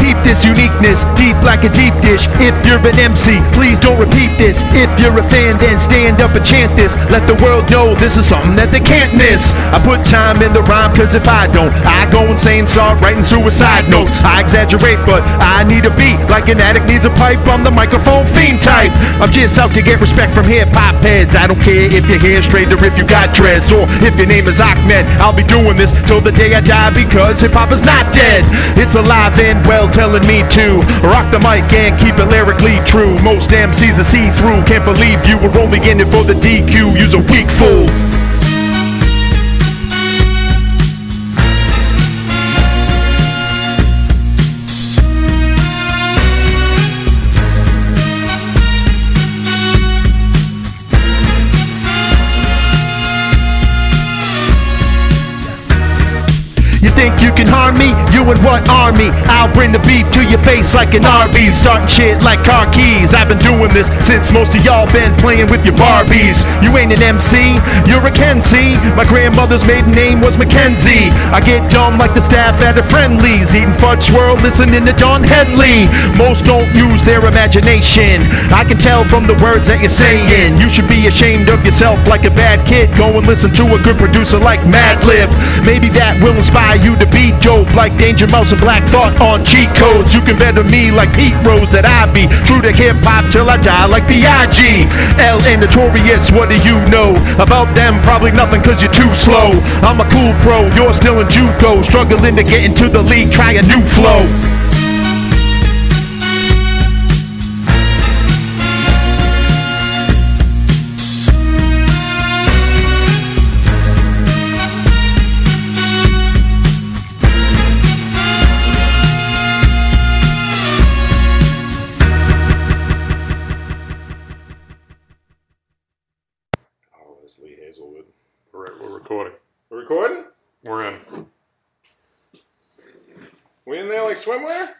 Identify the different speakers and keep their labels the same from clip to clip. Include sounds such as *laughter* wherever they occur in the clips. Speaker 1: uniqueness, uniqueness, deep like a deep dish. If you're an MC, please don't repeat this. If you're a fan, then stand up and chant this. Let the world know this is something that they can't miss. I put time in the rhyme, cause if I don't, I go insane, start writing suicide notes. I exaggerate, but I need a beat. Like an addict needs a pipe, I'm the microphone fiend type. I'm just out to get respect from hip hop heads. I don't care if your hair's straight or if you got dreads, or if your name is Ahmed. I'll be doing this till the day I die because hip hop is not dead. It's alive and well, telling me to rock the mic and keep it lyrically true. Most MCs are see through, can't believe you were only in it for the DQ. You's a weak fool. You think you can harm me? You and what army? I'll bring the beef to your face like an RV. Starting shit like car keys. I've been doing this since most of y'all been playing with your Barbies. You ain't an MC, you're a Kenzie. My grandmother's maiden name was Mackenzie. I get dumb like the staff at a friendlies. Eating fudge swirl, listening to Don Henley. Most don't use their imagination. I can tell from the words that you're saying. You should be ashamed of yourself like a bad kid. Go and listen to a good producer like Madlib. Maybe that will inspire you to be dope like Danger Mouse and Black Thought on cheat codes. You can better me like Pete Rose that I be true to hip hop till I die like B.I.G. L and Notorious, what do you know about them? Probably nothing cause you're too slow. I'm a cool pro, you're still in Juco, struggling to get into the league, try a new flow.
Speaker 2: Oh, that's Lee Hazelwood. All right, we're recording. We're recording? We're in. We in there like swimwear?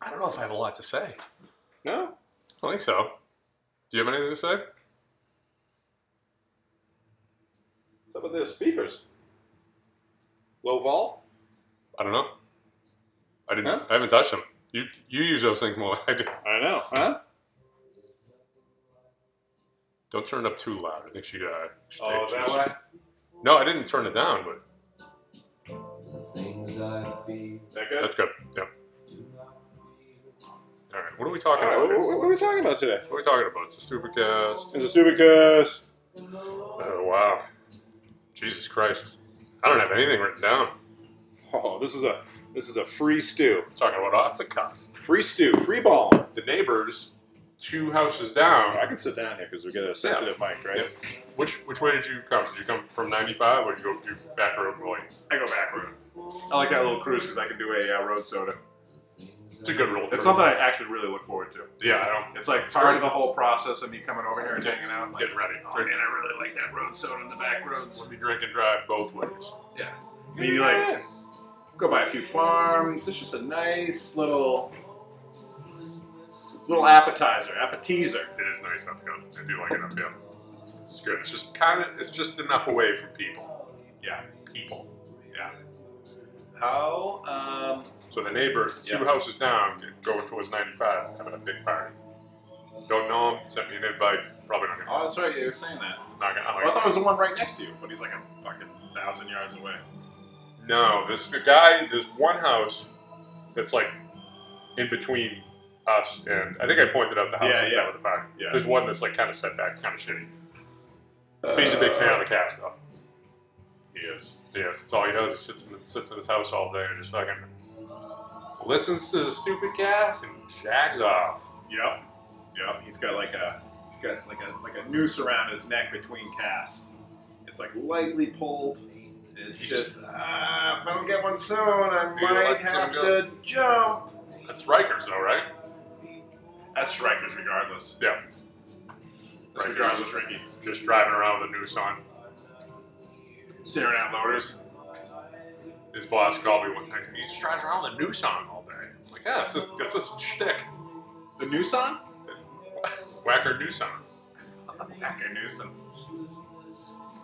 Speaker 3: I don't know if I have a lot to say.
Speaker 2: No?
Speaker 3: I don't think so. Do you have anything to say?
Speaker 2: What's up with the speakers? Low vol?
Speaker 3: I don't know. I didn't.
Speaker 2: Huh?
Speaker 3: I haven't touched them. You you use those things more than I do. *laughs*
Speaker 2: I know, huh?
Speaker 3: Don't turn it up too loud. I think she. Uh, she
Speaker 2: Oh,
Speaker 3: she-
Speaker 2: that one?
Speaker 3: No, I didn't turn it down, but
Speaker 4: Things I feel.
Speaker 2: That
Speaker 3: that's
Speaker 2: good?
Speaker 3: good. Yeah. All right. What are we talking
Speaker 2: Alright,
Speaker 3: about?
Speaker 2: what,
Speaker 3: Here?
Speaker 2: what, what are we talking about today?
Speaker 3: What are we talking about? It's a stupid cast.
Speaker 2: It's a stupid cuss.
Speaker 3: Oh wow. Jesus Christ. I don't have anything written down.
Speaker 2: Oh, this is a this is a free stew.
Speaker 3: We're talking about off the cuff.
Speaker 2: Free stew, free ball.
Speaker 3: The neighbors, two houses down.
Speaker 2: I can sit down here because we got a sensitive mic, right?
Speaker 3: Yeah. Which which way did you come? Did you come from 95 or did you go through back road bowling?
Speaker 2: I go back road. I like that little cruise because I can do a uh, road soda.
Speaker 3: It's a good rule.
Speaker 5: It's something I actually really look forward to.
Speaker 3: Yeah, I don't.
Speaker 5: It's like part of the whole process of me coming over here and hanging out. Like,
Speaker 3: Get ready.
Speaker 5: oh man, I really like that road soda in the back roads.
Speaker 3: Let me drink and drive both ways.
Speaker 5: Yeah. I mean, you like go by a few farms. It's just a nice little little appetizer, appetizer.
Speaker 3: It is nice up here. I do like it up here. It's good. It's just kind of. It's just enough away from people. Yeah, people. Yeah.
Speaker 5: How? Um,
Speaker 3: So the neighbor, two
Speaker 5: Yeah.
Speaker 3: houses down, going towards 95, having a big party. Don't know him. Sent me an invite. Probably not gonna.
Speaker 5: oh, that's right. You were saying that.
Speaker 3: Not gonna.
Speaker 5: Oh, I thought it was the one right next to you, but he's like a fucking thousand yards away.
Speaker 3: No, this the guy. There's one house that's like in between us and I think I pointed out the house
Speaker 5: Yeah,
Speaker 3: that's
Speaker 5: yeah.
Speaker 3: out of the park.
Speaker 5: Yeah.
Speaker 3: There's one that's like kind of set back, kind of shitty. But he's a big fan of the cast though.
Speaker 5: He is.
Speaker 3: Yes, that's all he does. He sits in the, sits in his house all day and just fucking listens to the stupid cast and jags off.
Speaker 5: Yep. Yep. He's got like a he's got like a like a noose around his neck between casts. It's like lightly pulled. It's
Speaker 3: He
Speaker 5: just ah, if I don't get one soon, I
Speaker 3: He
Speaker 5: might
Speaker 3: lets him
Speaker 5: have
Speaker 3: go.
Speaker 5: to jump.
Speaker 3: That's Rikers though, right?
Speaker 5: That's strikers regardless.
Speaker 3: Yeah,
Speaker 5: That's
Speaker 3: Rikers.
Speaker 5: regardless, Ricky.
Speaker 3: just driving around with a noose on.
Speaker 5: Staring at loaders.
Speaker 3: His boss called me one time. He just drives around with a noose on all day. I'm like, yeah, that's just that's just shtick.
Speaker 5: The noose on?
Speaker 3: Whacker noose on.
Speaker 5: Heck, a nuisance.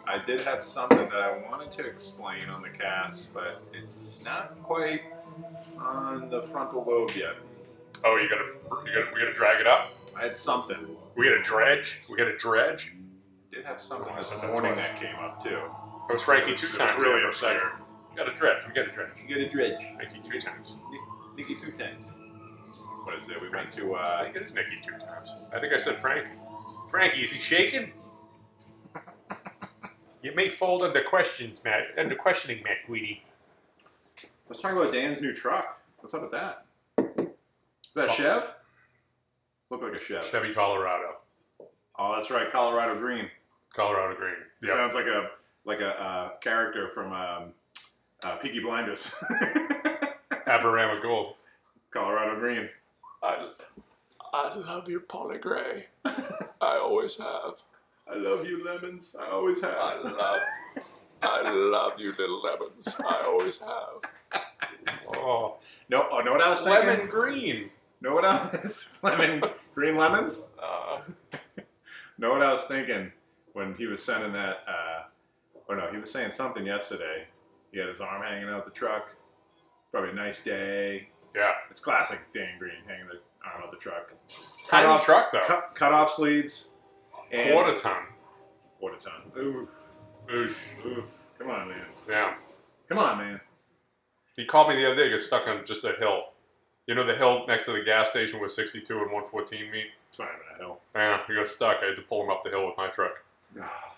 Speaker 5: I did have something that I wanted to explain on the cast, but it's not quite on the frontal lobe yet.
Speaker 3: Oh, you gotta, you gotta, we gotta drag it up.
Speaker 2: I had something.
Speaker 3: We gotta dredge. We gotta dredge.
Speaker 2: Did have something
Speaker 3: Oh,
Speaker 2: this
Speaker 3: that's
Speaker 2: morning
Speaker 3: twice.
Speaker 2: that came up too.
Speaker 3: It was Frankie two
Speaker 2: It was
Speaker 3: times.
Speaker 2: really
Speaker 3: there for a second.
Speaker 2: upsetting.
Speaker 3: We gotta dredge. We gotta dredge.
Speaker 2: You get a dredge.
Speaker 3: Nikki two times.
Speaker 2: Nikki two times. What is it? We went to
Speaker 3: I
Speaker 2: uh,
Speaker 3: think it is Nikki two times. I think I said Frankie. Frankie, is he shaking? you may fold under questions, Matt. Under questioning, Matt Guidi.
Speaker 2: let's talk about Dan's new truck. What's up with that? Is that a
Speaker 3: Oh.
Speaker 2: Chev? Look like a Chev.
Speaker 3: Chevy Colorado.
Speaker 2: Oh, that's right, Colorado Green.
Speaker 3: Colorado Green.
Speaker 2: It sounds like a like a uh, character from um, uh, Peaky Blinders. *laughs*
Speaker 3: Aberama Gold.
Speaker 2: Colorado Green.
Speaker 3: I,
Speaker 4: I love you, Polly Gray. *laughs* I always have.
Speaker 2: I love you, lemons. I always have.
Speaker 4: I love. I love you, little lemons. I always have.
Speaker 3: oh,
Speaker 2: No, oh, know what I was thinking?
Speaker 3: lemon green.
Speaker 2: Know what I was *laughs* lemon green lemons?
Speaker 3: Uh,
Speaker 2: Know what I was thinking when he was sending that? Uh, oh no, he was saying something yesterday. He had his arm hanging out the truck. Probably a nice day.
Speaker 3: yeah.
Speaker 2: It's classic Dan Green hanging the arm out the truck.
Speaker 3: Tiny
Speaker 2: off-
Speaker 3: truck though.
Speaker 2: Cut, cut off sleeves. And
Speaker 3: Quarter ton.
Speaker 2: Quarter ton. Ooh,
Speaker 3: Oosh.
Speaker 2: ooh. Come on, man.
Speaker 3: Yeah.
Speaker 2: Come on, man.
Speaker 3: He called me the other day. He got stuck on just a hill. You know the hill next to the gas station where 62 and 114 meet.
Speaker 2: It's not even a hill.
Speaker 3: Yeah, he got stuck. I had to pull him up the hill with my truck.
Speaker 2: Ah,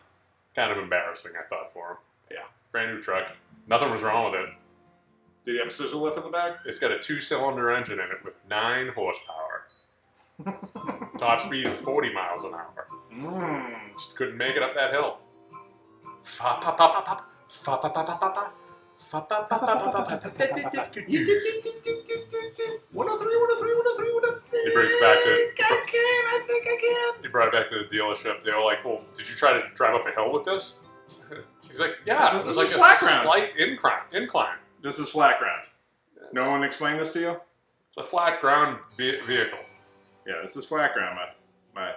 Speaker 3: Kind of embarrassing, I thought for him.
Speaker 2: Yeah.
Speaker 3: Brand new truck. Nothing was wrong with it.
Speaker 2: Did he have a scissor lift in the back?
Speaker 3: It's got a two-cylinder engine in it with nine horsepower. Top speed of 40 miles an hour.
Speaker 2: Mmm.
Speaker 3: Just couldn't make it up that hill. Fa pa pa pa pa. Fa pa pa pa pa pa. Fa pa pa pa pa pa pa.
Speaker 2: oh
Speaker 3: It brings it back to. He brought it back to the dealership. They were like, "Well, did you try to drive up a hill with this?" *laughs* He's like, "Yeah, it was like
Speaker 2: This
Speaker 3: a
Speaker 2: is flat ground."
Speaker 3: slight incline. Incline.
Speaker 2: This is flat ground. No one explained this to you?
Speaker 3: It's a flat ground ve- vehicle."
Speaker 2: Yeah, this is flat ground, my, my.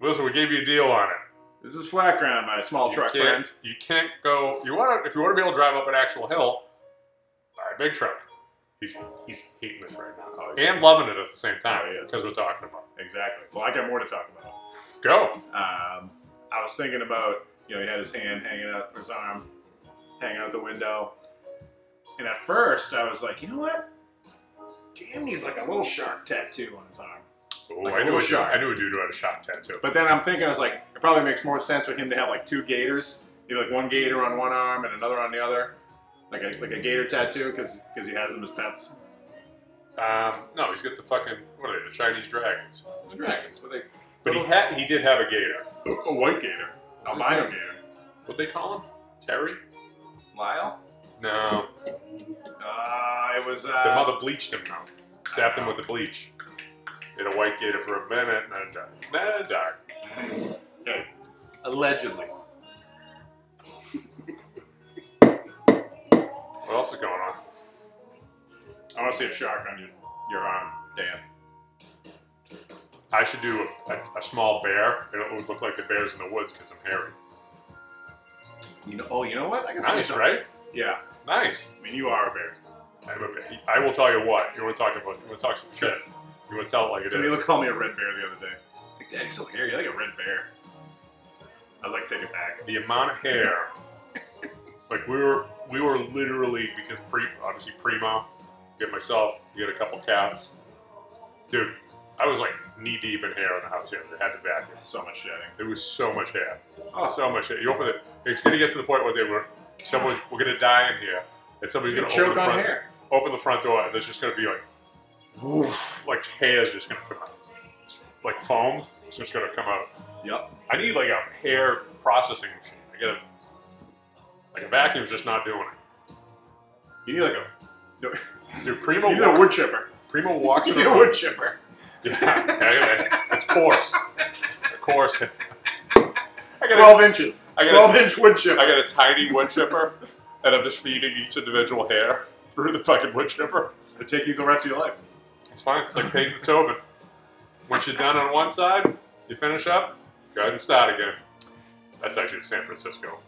Speaker 3: Listen, we gave you a deal on it.
Speaker 2: This is flat ground, my small
Speaker 3: you
Speaker 2: truck
Speaker 3: can't,
Speaker 2: friend.
Speaker 3: You can't go. You want to if you want to be able to drive up an actual hill, buy a big truck. He's he's hating this right now
Speaker 2: Oh, he's-
Speaker 3: and loving it at the same
Speaker 2: Oh,
Speaker 3: time
Speaker 2: he is.
Speaker 3: because we're talking about
Speaker 2: Exactly. Well, I got more to talk about.
Speaker 3: it. go.
Speaker 2: Um, I was thinking about, you know, he had his hand hanging out, his arm hanging out the window. And at first, I was like, you know what? Damn, he's like a little shark tattoo on his arm.
Speaker 3: Oh,
Speaker 2: Like a
Speaker 3: I knew
Speaker 2: little
Speaker 3: a dude,
Speaker 2: shark.
Speaker 3: I knew a dude who had a shock tattoo.
Speaker 2: But then I'm thinking, I was like, it probably makes more sense for him to have like two gators, you know, like one gator on one arm and another on the other, like a like a gator tattoo, because he has them as pets.
Speaker 3: Um, no, he's got the fucking what are they? The Chinese dragons.
Speaker 2: The dragons, but they
Speaker 3: But he had he did have a gator.
Speaker 2: *coughs* a white gator,
Speaker 3: What's his
Speaker 2: albino
Speaker 3: name?
Speaker 2: gator,
Speaker 3: What they call him? Terry?
Speaker 2: Lyle.
Speaker 3: No,
Speaker 2: Uh, it was
Speaker 3: the
Speaker 2: uh,
Speaker 3: mother bleached him though. Sapped him with the bleach. He had a white gator for a minute, and then died. Then it died.
Speaker 2: allegedly.
Speaker 3: What else is going on?
Speaker 2: I want to see a shark on your your arm, Dan.
Speaker 3: I should do a, a, a small bear, and it would look like the bears in the woods because I'm hairy.
Speaker 2: You know, oh, you know what? I guess I
Speaker 3: Nice,
Speaker 2: can-
Speaker 3: right?
Speaker 2: Yeah,
Speaker 3: Nice.
Speaker 2: I mean, you are a bear.
Speaker 3: I'm a bear. I will tell you what. You want to talk about? You want to talk some shit? You want to tell it like it is?
Speaker 2: Camila called me a red bear the other day. Like, Dad, you're so hairy. You're like a red bear. I was like, take it back.
Speaker 3: the amount of hair. like we were, we were literally because pre, obviously primo, get myself, you get a couple cats, dude. I was like knee deep in hair in the house here. They had the bathroom.
Speaker 2: So much shedding.
Speaker 3: There was so much hair,
Speaker 2: Oh,
Speaker 3: so much hair. You open it. It's gonna get to the point where they were, someone's we're gonna die in here, and somebody's
Speaker 2: You're
Speaker 3: gonna
Speaker 2: gonna choke
Speaker 3: open the
Speaker 2: on
Speaker 3: front,
Speaker 2: hair.
Speaker 3: open the front door, and there's just gonna be like, woof, like hair's just gonna come out, It's like foam. It's just gonna come out.
Speaker 2: Yep.
Speaker 3: I need like a hair processing machine. I gotta like a vacuum's just not doing it.
Speaker 2: You need like a
Speaker 3: Dude,
Speaker 2: you
Speaker 3: Primo
Speaker 2: need a
Speaker 3: walk,
Speaker 2: wood chipper.
Speaker 3: Primo
Speaker 2: *laughs*
Speaker 3: walks
Speaker 2: You
Speaker 3: in
Speaker 2: need
Speaker 3: the
Speaker 2: a
Speaker 3: room.
Speaker 2: wood chipper.
Speaker 3: *laughs* Yeah, I gotta- it's coarse. coarse. I got,
Speaker 2: Twelve inches.
Speaker 3: I gotta-
Speaker 2: Twelve inch wood
Speaker 3: a,
Speaker 2: chipper.
Speaker 3: I got a tiny wood chipper, and I'm just feeding each individual hair *laughs* through the fucking wood chipper.
Speaker 2: It'll take you the rest of your life.
Speaker 3: It's fine. It's like painting the Tobin. Once you're done on one side, you finish up, go ahead and start again. That's actually the San Francisco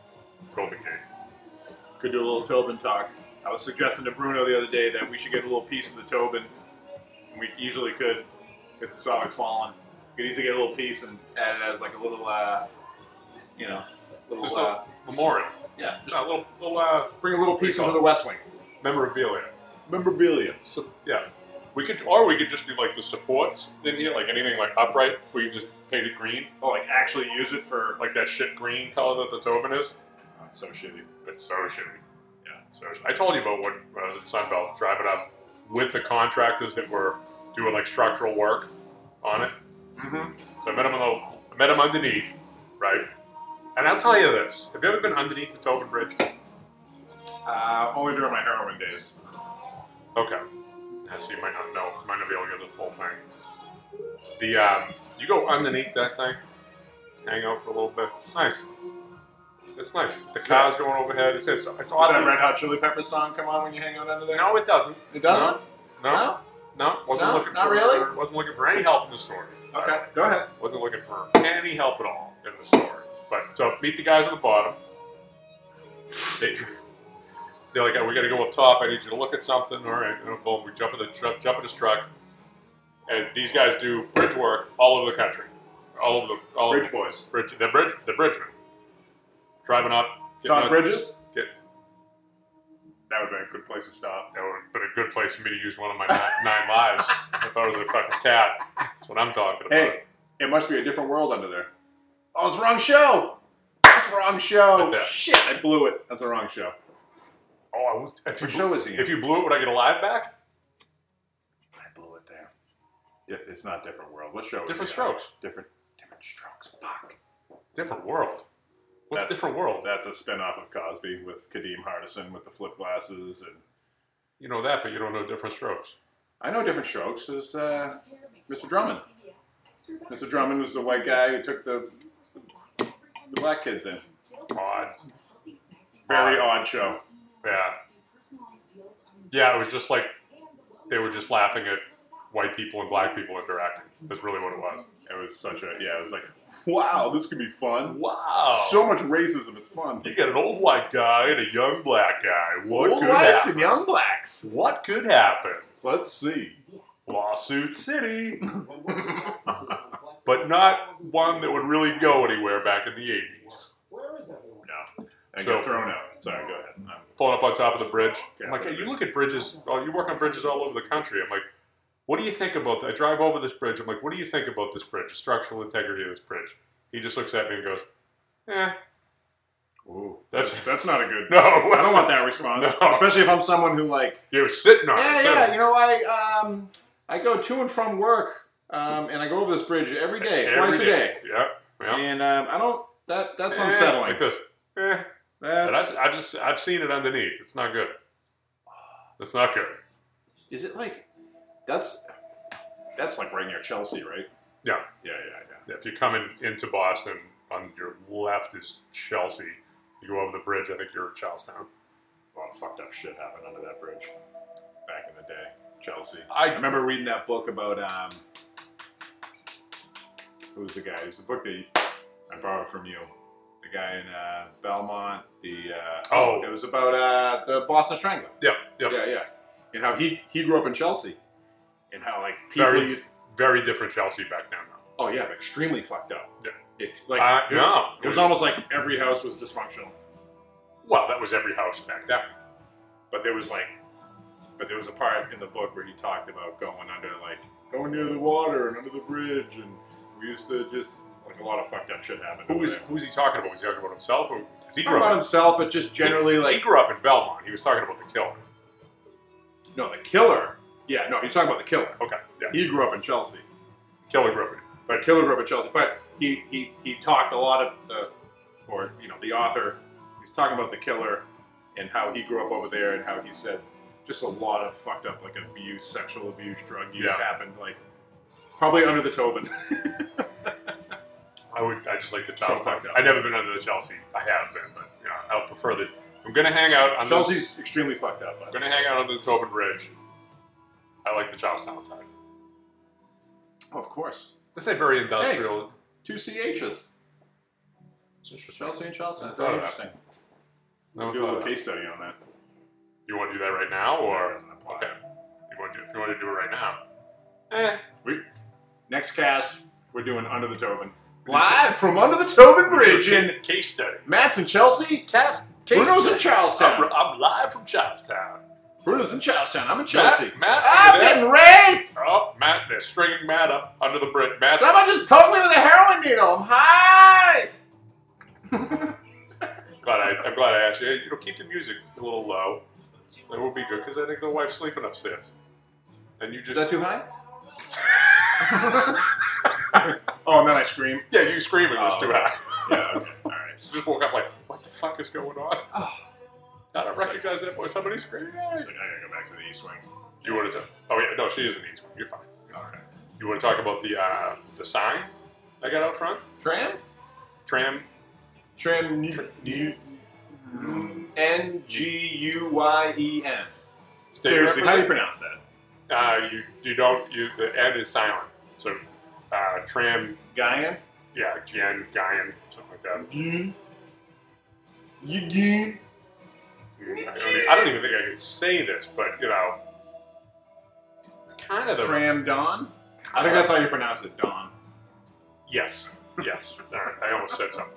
Speaker 3: Golden Gate.
Speaker 2: Could do a little Tobin talk. I was suggesting to Bruno the other day that we should get a little piece of the Tobin We usually could. It's it's always fallen. We could easily get a little piece and add it as like a little, uh, you know, little.
Speaker 3: Just
Speaker 2: uh,
Speaker 3: a memorial.
Speaker 2: yeah,
Speaker 3: Just a little, little uh,
Speaker 2: bring a little piece
Speaker 3: Recall.
Speaker 2: into the West Wing.
Speaker 3: memorabilia.
Speaker 2: Memorabilia.
Speaker 3: So, yeah. We could, or we could just do like the supports in here, like anything like upright. We could just paint it green,
Speaker 2: Oh, like actually use it for.
Speaker 3: like that shit green color that the Tobin is.
Speaker 2: Oh, it's so shitty.
Speaker 3: It's so shitty. Yeah, so shitty. I told you about when, when I was at Sunbelt driving up with the contractors that were doing like structural work on it.
Speaker 2: Mm-hmm.
Speaker 3: So I met him, on the, I met him underneath, right? And I'll tell you this: Have you ever been underneath the Tobin Bridge?
Speaker 2: Uh, only during my heroin days.
Speaker 3: Okay. Yeah, so you might not know. Might not be able to get the full thing. The um, you go underneath that thing, hang out for a little bit. It's nice. It's nice. The car's going overhead. It's it's, it's
Speaker 2: Does that
Speaker 3: oddly-
Speaker 2: Red Hot Chili Peppers song come on when you hang out under there?
Speaker 3: No, it doesn't.
Speaker 2: It doesn't?
Speaker 3: No. No. no wasn't
Speaker 2: No?
Speaker 3: looking.
Speaker 2: Not
Speaker 3: for,
Speaker 2: really?
Speaker 3: Wasn't looking for any help in the story.
Speaker 2: Okay, go ahead.
Speaker 3: Wasn't looking for any help at all in the story. But so meet the guys at the bottom. They they're like, oh, we got to go up top. I need you to look at something. All right, and boom, we jump in the truck, jump in his truck, and these guys do bridge work all over the country, all over the all
Speaker 2: Bridge
Speaker 3: over,
Speaker 2: Boys.
Speaker 3: bridge, the bridge, the bridgemen, driving up. getting
Speaker 2: John
Speaker 3: on-
Speaker 2: Bridges?
Speaker 3: Get,
Speaker 2: That would be a good place to stop.
Speaker 3: that would have been a good place for me to use one of my nine, nine lives
Speaker 2: *laughs*
Speaker 3: if I was a fucking cat. That's what I'm talking about.
Speaker 2: Hey, it must be a different world under there. Oh, it's the wrong show. That's the wrong show.
Speaker 3: Like that.
Speaker 2: Shit, I blew it. That's the wrong show.
Speaker 3: oh, I would, if you
Speaker 2: What
Speaker 3: blew-
Speaker 2: show is he in?
Speaker 3: If you blew it, would I get a live back?
Speaker 2: I blew it there. It- It's not different world. What show? is
Speaker 3: Different
Speaker 2: he on?
Speaker 3: Strokes.
Speaker 2: Different. Different strokes. Fuck.
Speaker 3: Different world. What's
Speaker 2: That's-
Speaker 3: different world?
Speaker 2: That's a spin-off of Cosby with Kadeem Hardison with the flip glasses and.
Speaker 3: You know that, but you don't know different strokes.
Speaker 2: I know different strokes is uh,
Speaker 6: Mr. Drummond.
Speaker 2: Mr. Drummond was the white guy who took the
Speaker 6: The black kids in.
Speaker 3: Odd.
Speaker 2: very odd show.
Speaker 3: Yeah. Yeah, it was just like they were just laughing at white people and black people interacting. That's really what it was.
Speaker 2: It was such a yeah. It was like, wow, this could be fun.
Speaker 3: Wow.
Speaker 2: So much racism. It's fun.
Speaker 3: you got an old white guy and a young black guy. What
Speaker 2: Old
Speaker 3: could
Speaker 2: whites
Speaker 3: happen?
Speaker 2: and young blacks.
Speaker 3: What could happen?
Speaker 2: Let's see.
Speaker 3: Lawsuit City. but not one that would really go anywhere back in the 80s.
Speaker 2: No, I
Speaker 3: So-
Speaker 2: got thrown out. Sorry, go ahead. Um,
Speaker 3: Pulling up on top of the bridge. I'm
Speaker 2: Yeah.
Speaker 3: like, hey, you look at bridges, oh, you work on bridges all over the country. I'm like, what do you think about that? I drive over this bridge. I'm like, what do you think about this bridge, the structural integrity of this bridge? He just looks at me and goes, eh,
Speaker 2: Ooh,
Speaker 3: That's-
Speaker 2: that's that's not a good.
Speaker 3: *laughs* no.
Speaker 2: I don't want that response,
Speaker 3: *laughs* No.
Speaker 2: especially if I'm someone who like.
Speaker 3: You're sitting on
Speaker 2: Yeah,
Speaker 3: it.
Speaker 2: yeah. You know, I um, I go to and from work, um, and I go over this bridge every day,
Speaker 3: Every
Speaker 2: twice a day,
Speaker 3: Yeah. yeah.
Speaker 2: and um, I don't. That that's
Speaker 3: Eh,
Speaker 2: unsettling.
Speaker 3: Like this. Eh. And
Speaker 2: That's,
Speaker 3: I've, I've just I've seen it underneath. It's not good. It's not good.
Speaker 2: is it like that's that's like right near Chelsea, right?
Speaker 3: Yeah.
Speaker 2: Yeah, yeah, yeah.
Speaker 3: If you're coming into Boston, on your left is Chelsea. You go over the bridge. I think you're in Charlestown.
Speaker 2: A lot of fucked up shit happened under that bridge back in the day. Chelsea. I
Speaker 3: I
Speaker 2: remember reading that book about um, who was the guy? It was the book that I borrowed from you. The guy in uh, Belmont. The uh,
Speaker 3: Oh.
Speaker 2: it was about uh, the Boston Strangler.
Speaker 3: yeah yeah
Speaker 2: Yeah, yeah. And how he he grew up in Chelsea, and how like people
Speaker 3: Very-
Speaker 2: used.
Speaker 3: very different Chelsea back down now.
Speaker 2: Oh yeah, extremely fucked up.
Speaker 3: Yeah.
Speaker 2: It- like
Speaker 3: Uh,
Speaker 2: it-
Speaker 3: no.
Speaker 2: it was almost like every house was dysfunctional,
Speaker 3: Well, that was every house back then.
Speaker 2: but there was like, but there was a part in the book where he talked about going under like going near the water and under the bridge, and we used to just like a lot of fucked up shit happened.
Speaker 3: Who
Speaker 2: over
Speaker 3: was
Speaker 2: there.
Speaker 3: who was he talking about? Was he talking about himself? Or, 'cause he
Speaker 2: not
Speaker 3: grew
Speaker 2: about
Speaker 3: up.
Speaker 2: himself, but just generally
Speaker 3: He
Speaker 2: like
Speaker 3: grew up in Belmont. He was talking about the killer.
Speaker 2: no, the killer. Yeah, no, he's talking about the killer.
Speaker 3: Okay, yeah,
Speaker 2: He grew up in Chelsea.
Speaker 3: killer grew up. in-
Speaker 2: but Killer Grip at Chelsea. But he, he he talked a lot of the, or you know, the author. He's talking about the killer and how he grew up over there and how he said just a lot of fucked up like abuse, sexual abuse, drug use
Speaker 3: Yeah.
Speaker 2: happened like probably *laughs* under the Tobin.
Speaker 3: I would. I just like the
Speaker 2: So
Speaker 3: Chelsea.
Speaker 2: fucked up.
Speaker 3: I've never been under the Chelsea. I have been, but you know, I would prefer the. I'm gonna hang out. on the-
Speaker 2: Chelsea's extremely fucked up.
Speaker 3: I'm
Speaker 2: But
Speaker 3: gonna hang out under the Tobin Bridge. I like the Charlestown side.
Speaker 2: of course,
Speaker 3: They say very industrial.
Speaker 2: two CHs,
Speaker 3: It's interesting.
Speaker 2: Chelsea and Chelsea.
Speaker 3: I thought of that. No one
Speaker 2: Do a
Speaker 3: thought
Speaker 2: little
Speaker 3: of that.
Speaker 2: case study on that.
Speaker 3: You want to do that right now, or
Speaker 2: That doesn't apply.
Speaker 3: okay? You want to, if you want to do it right now,
Speaker 4: Eh.
Speaker 2: We next cast we're doing Under the Tobin.
Speaker 4: Live from under the Tobin Bridge in
Speaker 3: case study.
Speaker 4: Matt's in Chelsea, Cass, Case
Speaker 2: Bruno's in
Speaker 4: City.
Speaker 2: Charlestown.
Speaker 3: I'm, I'm live from Charlestown.
Speaker 2: Bruno's in Charlestown. I'm in Chelsea.
Speaker 4: Matt, Matt,
Speaker 3: Ah,
Speaker 4: I'm getting raped.
Speaker 3: Oh, Matt, they're stringing Matt up under the brick. Matt,
Speaker 4: Someone just poked me with a heroin needle. I'm high.
Speaker 3: glad I, I'm glad I asked you. Hey, you know, keep the music a little low. That will be good because I think the wife's sleeping upstairs. And you
Speaker 7: Is
Speaker 3: just
Speaker 7: that too high?
Speaker 2: Oh, and then I scream.
Speaker 3: yeah, you screaming was
Speaker 2: Oh.
Speaker 3: too high.
Speaker 2: Yeah. Okay. All right.
Speaker 3: So just woke up like, what the fuck is going on? I don't recognize that voice. Somebody screaming.
Speaker 2: It's like, I gotta go back to the East Wing.
Speaker 3: You want to talk? Oh yeah, no, she is an easy one. You're fine.
Speaker 2: Okay.
Speaker 3: You want to talk about the uh, the sign I got out front?
Speaker 4: Tram?
Speaker 3: Tram.
Speaker 4: Tram. N G U Y E N.
Speaker 3: Stay
Speaker 2: Seriously, how do you
Speaker 3: represent-
Speaker 2: pronounce that?
Speaker 3: Uh, you you don't you the N is silent. So uh, tram.
Speaker 2: Guyan?
Speaker 3: Yeah, Jen, Guyan, something like that. Mm, I, don't even, I don't even think I can say this, but you know, kind of the
Speaker 2: Tram Don? I think that's how you pronounce it, Don.
Speaker 3: Yes, yes. *laughs* All right, I almost said something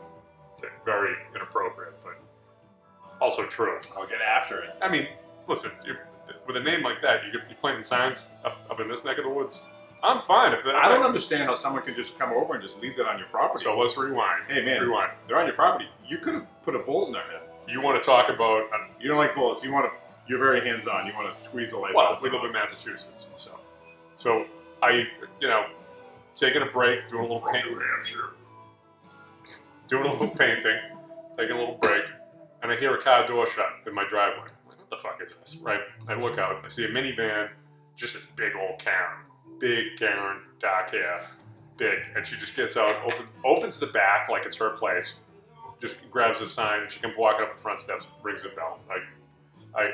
Speaker 3: very inappropriate, but also true.
Speaker 2: I'll get after it.
Speaker 3: I mean, listen, you with a name like that, you could be playing signs up, up in this neck of the woods. I'm fine if that.
Speaker 2: I don't understand how someone can just come over and just leave that on your property.
Speaker 3: So let's rewind.
Speaker 2: Hey, man.
Speaker 3: rewind.
Speaker 2: They're on your property. You could have put a bullet in their head.
Speaker 3: You want to talk about? Um,
Speaker 2: You don't like bullets. You want to. You're very hands-on. You want to squeeze the life.
Speaker 3: well,
Speaker 2: out of
Speaker 3: we
Speaker 2: them.
Speaker 3: live in Massachusetts, so so I, you know, taking a break, doing a little paint, doing a little painting, taking a little break, and I hear a car door shut in my driveway. I'm like, what the fuck is this? Right? I look out, I see a minivan, just this big old Karen, big Karen, dark hair, big, and she just gets out, open, opens the back like it's her place, just grabs the sign, and she comes walking up the front steps, rings the bell. I, I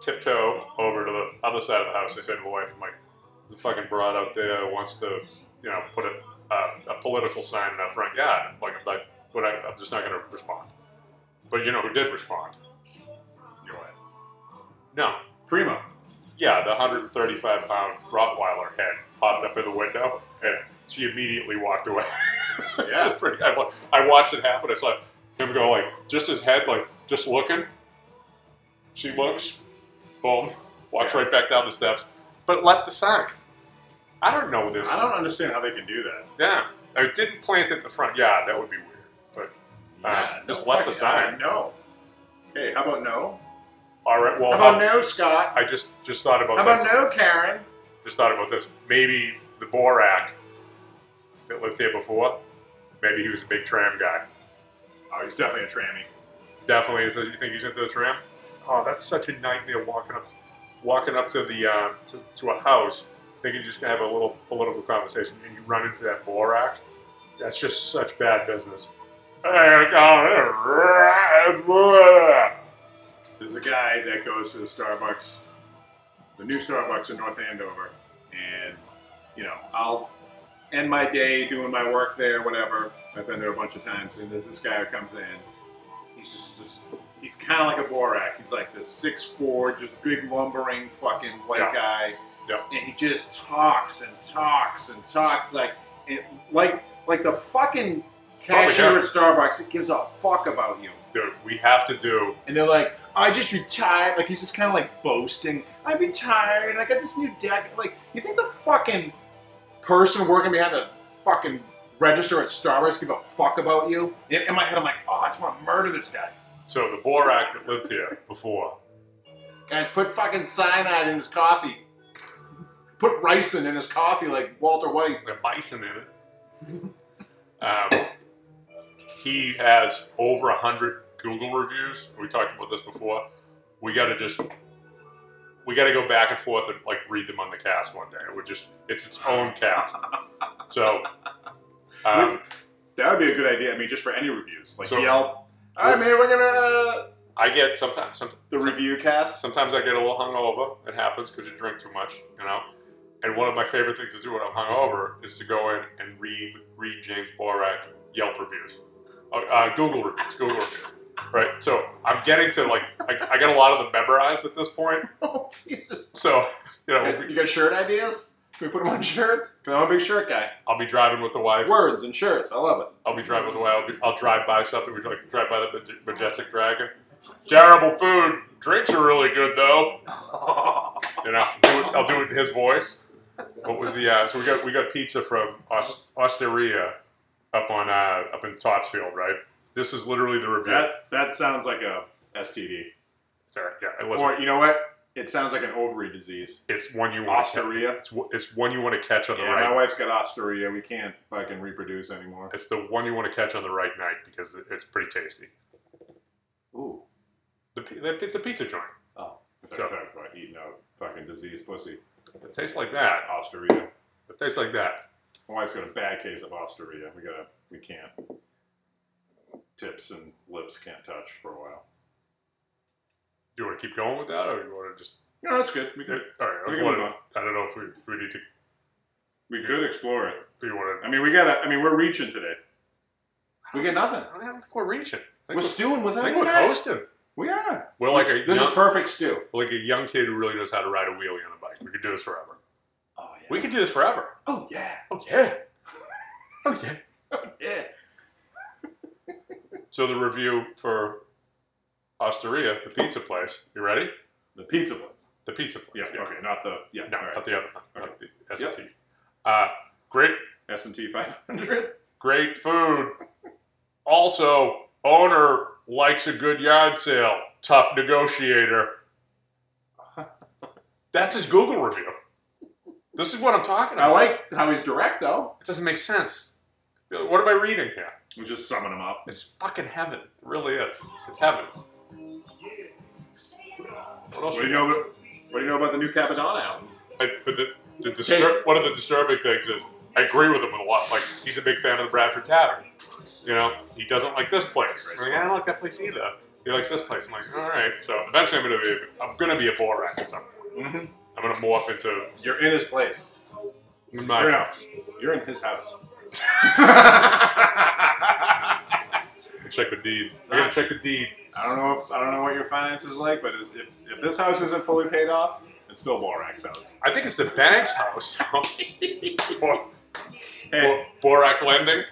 Speaker 3: tiptoe over to the other side of the house. I said to my wife, I'm like, there's a fucking broad out there who wants to, you know, put a, a, a political sign in our front yard. Like, I'm like, but I, I'm just not going to respond. But you know who did respond? Your wife. No.
Speaker 2: Primo.
Speaker 3: Yeah, the 135 pound Rottweiler head popped up in the window, and she immediately walked away. *laughs* yeah, it's pretty. I, wa- I watched it happen. I saw him go like just his head, like just looking. She looks, boom, walks right back down the steps, but left the sack. I don't know this.
Speaker 2: I don't understand how they can do that.
Speaker 3: Yeah, I didn't plant it in the front yard. That would be weird. But uh, just left the sign.
Speaker 2: No. Hey, how about no?
Speaker 3: All right. Well,
Speaker 2: Oh, How about
Speaker 3: um,
Speaker 2: no, Scott?
Speaker 3: I just just thought about
Speaker 2: How
Speaker 3: that.
Speaker 2: about no, Karen?
Speaker 3: just thought about this. Maybe the Borak that lived here before, maybe he was a big tram guy.
Speaker 2: Oh, he's definitely a trammie.
Speaker 3: Definitely, so you think he's into the tram? Oh, that's such a nightmare walking up, walking up to the uh, to, to a house, thinking you're just gonna have a little political conversation, and you run into that Borak. That's just such bad business.
Speaker 2: There's a guy that goes to the Starbucks, the new Starbucks in North Andover, and you know, I'll end my day doing my work there, whatever. I've been there a bunch of times, and there's this guy who comes in. He's just, just he's kind of like a Borak. He's like this six four, just big lumbering fucking white
Speaker 3: Yeah.
Speaker 2: guy,
Speaker 3: Yeah.
Speaker 2: and he just talks and talks and talks like it, like like the fucking cashier
Speaker 3: yeah.
Speaker 2: at Starbucks. It gives a fuck about you.
Speaker 3: Dude, we have to do.
Speaker 2: And they're like, "Oh, I just retired. Like, he's just kind of like boasting. I retired. I got this new deck. Like, you think the fucking person working behind the fucking register at Starbucks give a fuck about you? In in my head, I'm like, oh, I just want to murder this guy.
Speaker 3: So the Borak that lived here before,
Speaker 2: Guys, put fucking cyanide in his coffee. Put ricin in his coffee like Walter White. *laughs*
Speaker 3: the bison in it. Um, he has over a hundred Google reviews. We talked about this before. We got to just we got to go back and forth and like read them on the cast one day. We're just it's its own cast. So um,
Speaker 2: That would be a good idea. I mean, just for any reviews. Like
Speaker 3: So-
Speaker 2: Yelp. All right, man, we're going
Speaker 5: uh,
Speaker 2: to.
Speaker 3: I get sometimes some,
Speaker 2: The review cast.
Speaker 3: sometimes I get a little hungover. It happens because you drink too much, you know. And one of my favorite things to do when I'm hungover is to go in and read read James Borak Yelp reviews, uh, uh, Google reviews, Google reviews. Right. So I'm getting to like I, I got a lot of them memorized at this point.
Speaker 2: Oh, Jesus.
Speaker 3: So you know,
Speaker 2: You got shirt ideas?
Speaker 5: Can we put them on shirts? Because I'm a big shirt guy.
Speaker 3: I'll be driving with the wife.
Speaker 5: Words and shirts. I
Speaker 2: *laughs*
Speaker 5: love it.
Speaker 3: I'll be driving with the wife. I'll, be, I'll drive by something. We like drive by the Maj- majestic dragon. Terrible food. Drinks are really good though. And I'll do it, I'll do it in his voice. What was the? Uh, so we got we got pizza from Aus- Osteria up on uh, up in Topsfield, right? This is literally the review.
Speaker 5: That that sounds like a STD.
Speaker 3: Sorry, yeah, it
Speaker 5: Or
Speaker 3: wasn't.
Speaker 5: you know what? It sounds like an ovary disease.
Speaker 3: It's one you want. To catch.
Speaker 5: Osteria.
Speaker 3: It's, one- it's one you want to catch on the
Speaker 5: Yeah,
Speaker 3: right.
Speaker 5: my wife's got osteria. We can't fucking reproduce anymore.
Speaker 3: It's the one you want to catch on the right night because it- it's pretty tasty.
Speaker 5: Ooh.
Speaker 3: The, pi- the- it's a pizza joint.
Speaker 5: So, Oh, about eating out fucking disease pussy.
Speaker 3: It tastes like that.
Speaker 5: Osteria.
Speaker 3: It tastes like that.
Speaker 5: My wife's got a bad case of osteria. We gotta. We can't. Tips and lips can't touch for a while.
Speaker 3: Do you want to keep going with that, or you want to just?
Speaker 5: No, that's good. We
Speaker 3: All
Speaker 5: could.
Speaker 3: right, I,
Speaker 5: We
Speaker 3: was
Speaker 5: can
Speaker 3: wondering-
Speaker 5: move
Speaker 3: I don't know if we, if we need to.
Speaker 5: We could explore it.
Speaker 3: Do you want
Speaker 5: I mean, we gotta. I mean, we're reaching today. We get nothing.
Speaker 3: to? I don't think we're reaching. I
Speaker 5: We're
Speaker 3: think
Speaker 5: stewing
Speaker 3: we're, I
Speaker 5: without
Speaker 3: think we're
Speaker 5: it.
Speaker 3: coasting.
Speaker 5: We are.
Speaker 3: We're like a
Speaker 5: This is
Speaker 3: young,
Speaker 5: perfect stew.
Speaker 3: we're like a young kid who really knows how to ride a wheelie on a bike. We could do this forever.
Speaker 5: Oh yeah.
Speaker 3: We could do this forever.
Speaker 5: oh yeah.
Speaker 3: Oh yeah. oh yeah.
Speaker 5: Yeah.
Speaker 3: So the review for Osteria, the pizza place. You ready?
Speaker 5: The pizza place.
Speaker 3: The pizza place.
Speaker 5: Yeah. Okay. Not the. Yeah.
Speaker 3: No,
Speaker 5: all right.
Speaker 3: not the other one.
Speaker 5: Okay.
Speaker 3: Not the ST. Uh, great,
Speaker 5: S and T 500.
Speaker 3: great food. Also, owner likes a good yard sale. Tough negotiator. That's his Google review. This is what I'm talking
Speaker 5: I
Speaker 3: about.
Speaker 5: like how he's direct though.
Speaker 3: It doesn't make sense. What am I reading here?
Speaker 5: We're just summing him up.
Speaker 3: It's fucking heaven. It really is. It's heaven. What else?
Speaker 5: What do you know? About, what do you know about the new Capadonna album?
Speaker 3: I, but the, the distur- one of the disturbing things is I agree with him with a lot. Like he's a big fan of the Bradford Tavern. You know, he doesn't like this place. I'm like, I don't like that place either. He likes this place. I'm like, all right. So eventually, I'm gonna be I'm gonna be a Borat at some point.
Speaker 5: Mhm.
Speaker 3: I'm gonna morph into
Speaker 5: You're in his place.
Speaker 3: in my
Speaker 5: You're
Speaker 3: *laughs*
Speaker 5: in house. You're in his house.
Speaker 3: check the deed. I gotta check the deed.
Speaker 5: I don't know if I don't know what your finances are like, but if, if, if this house isn't fully paid off, it's still Borak's house.
Speaker 3: I think it's the bank's house. *laughs* Bor-
Speaker 5: Hey,
Speaker 3: Bor- Borak lending.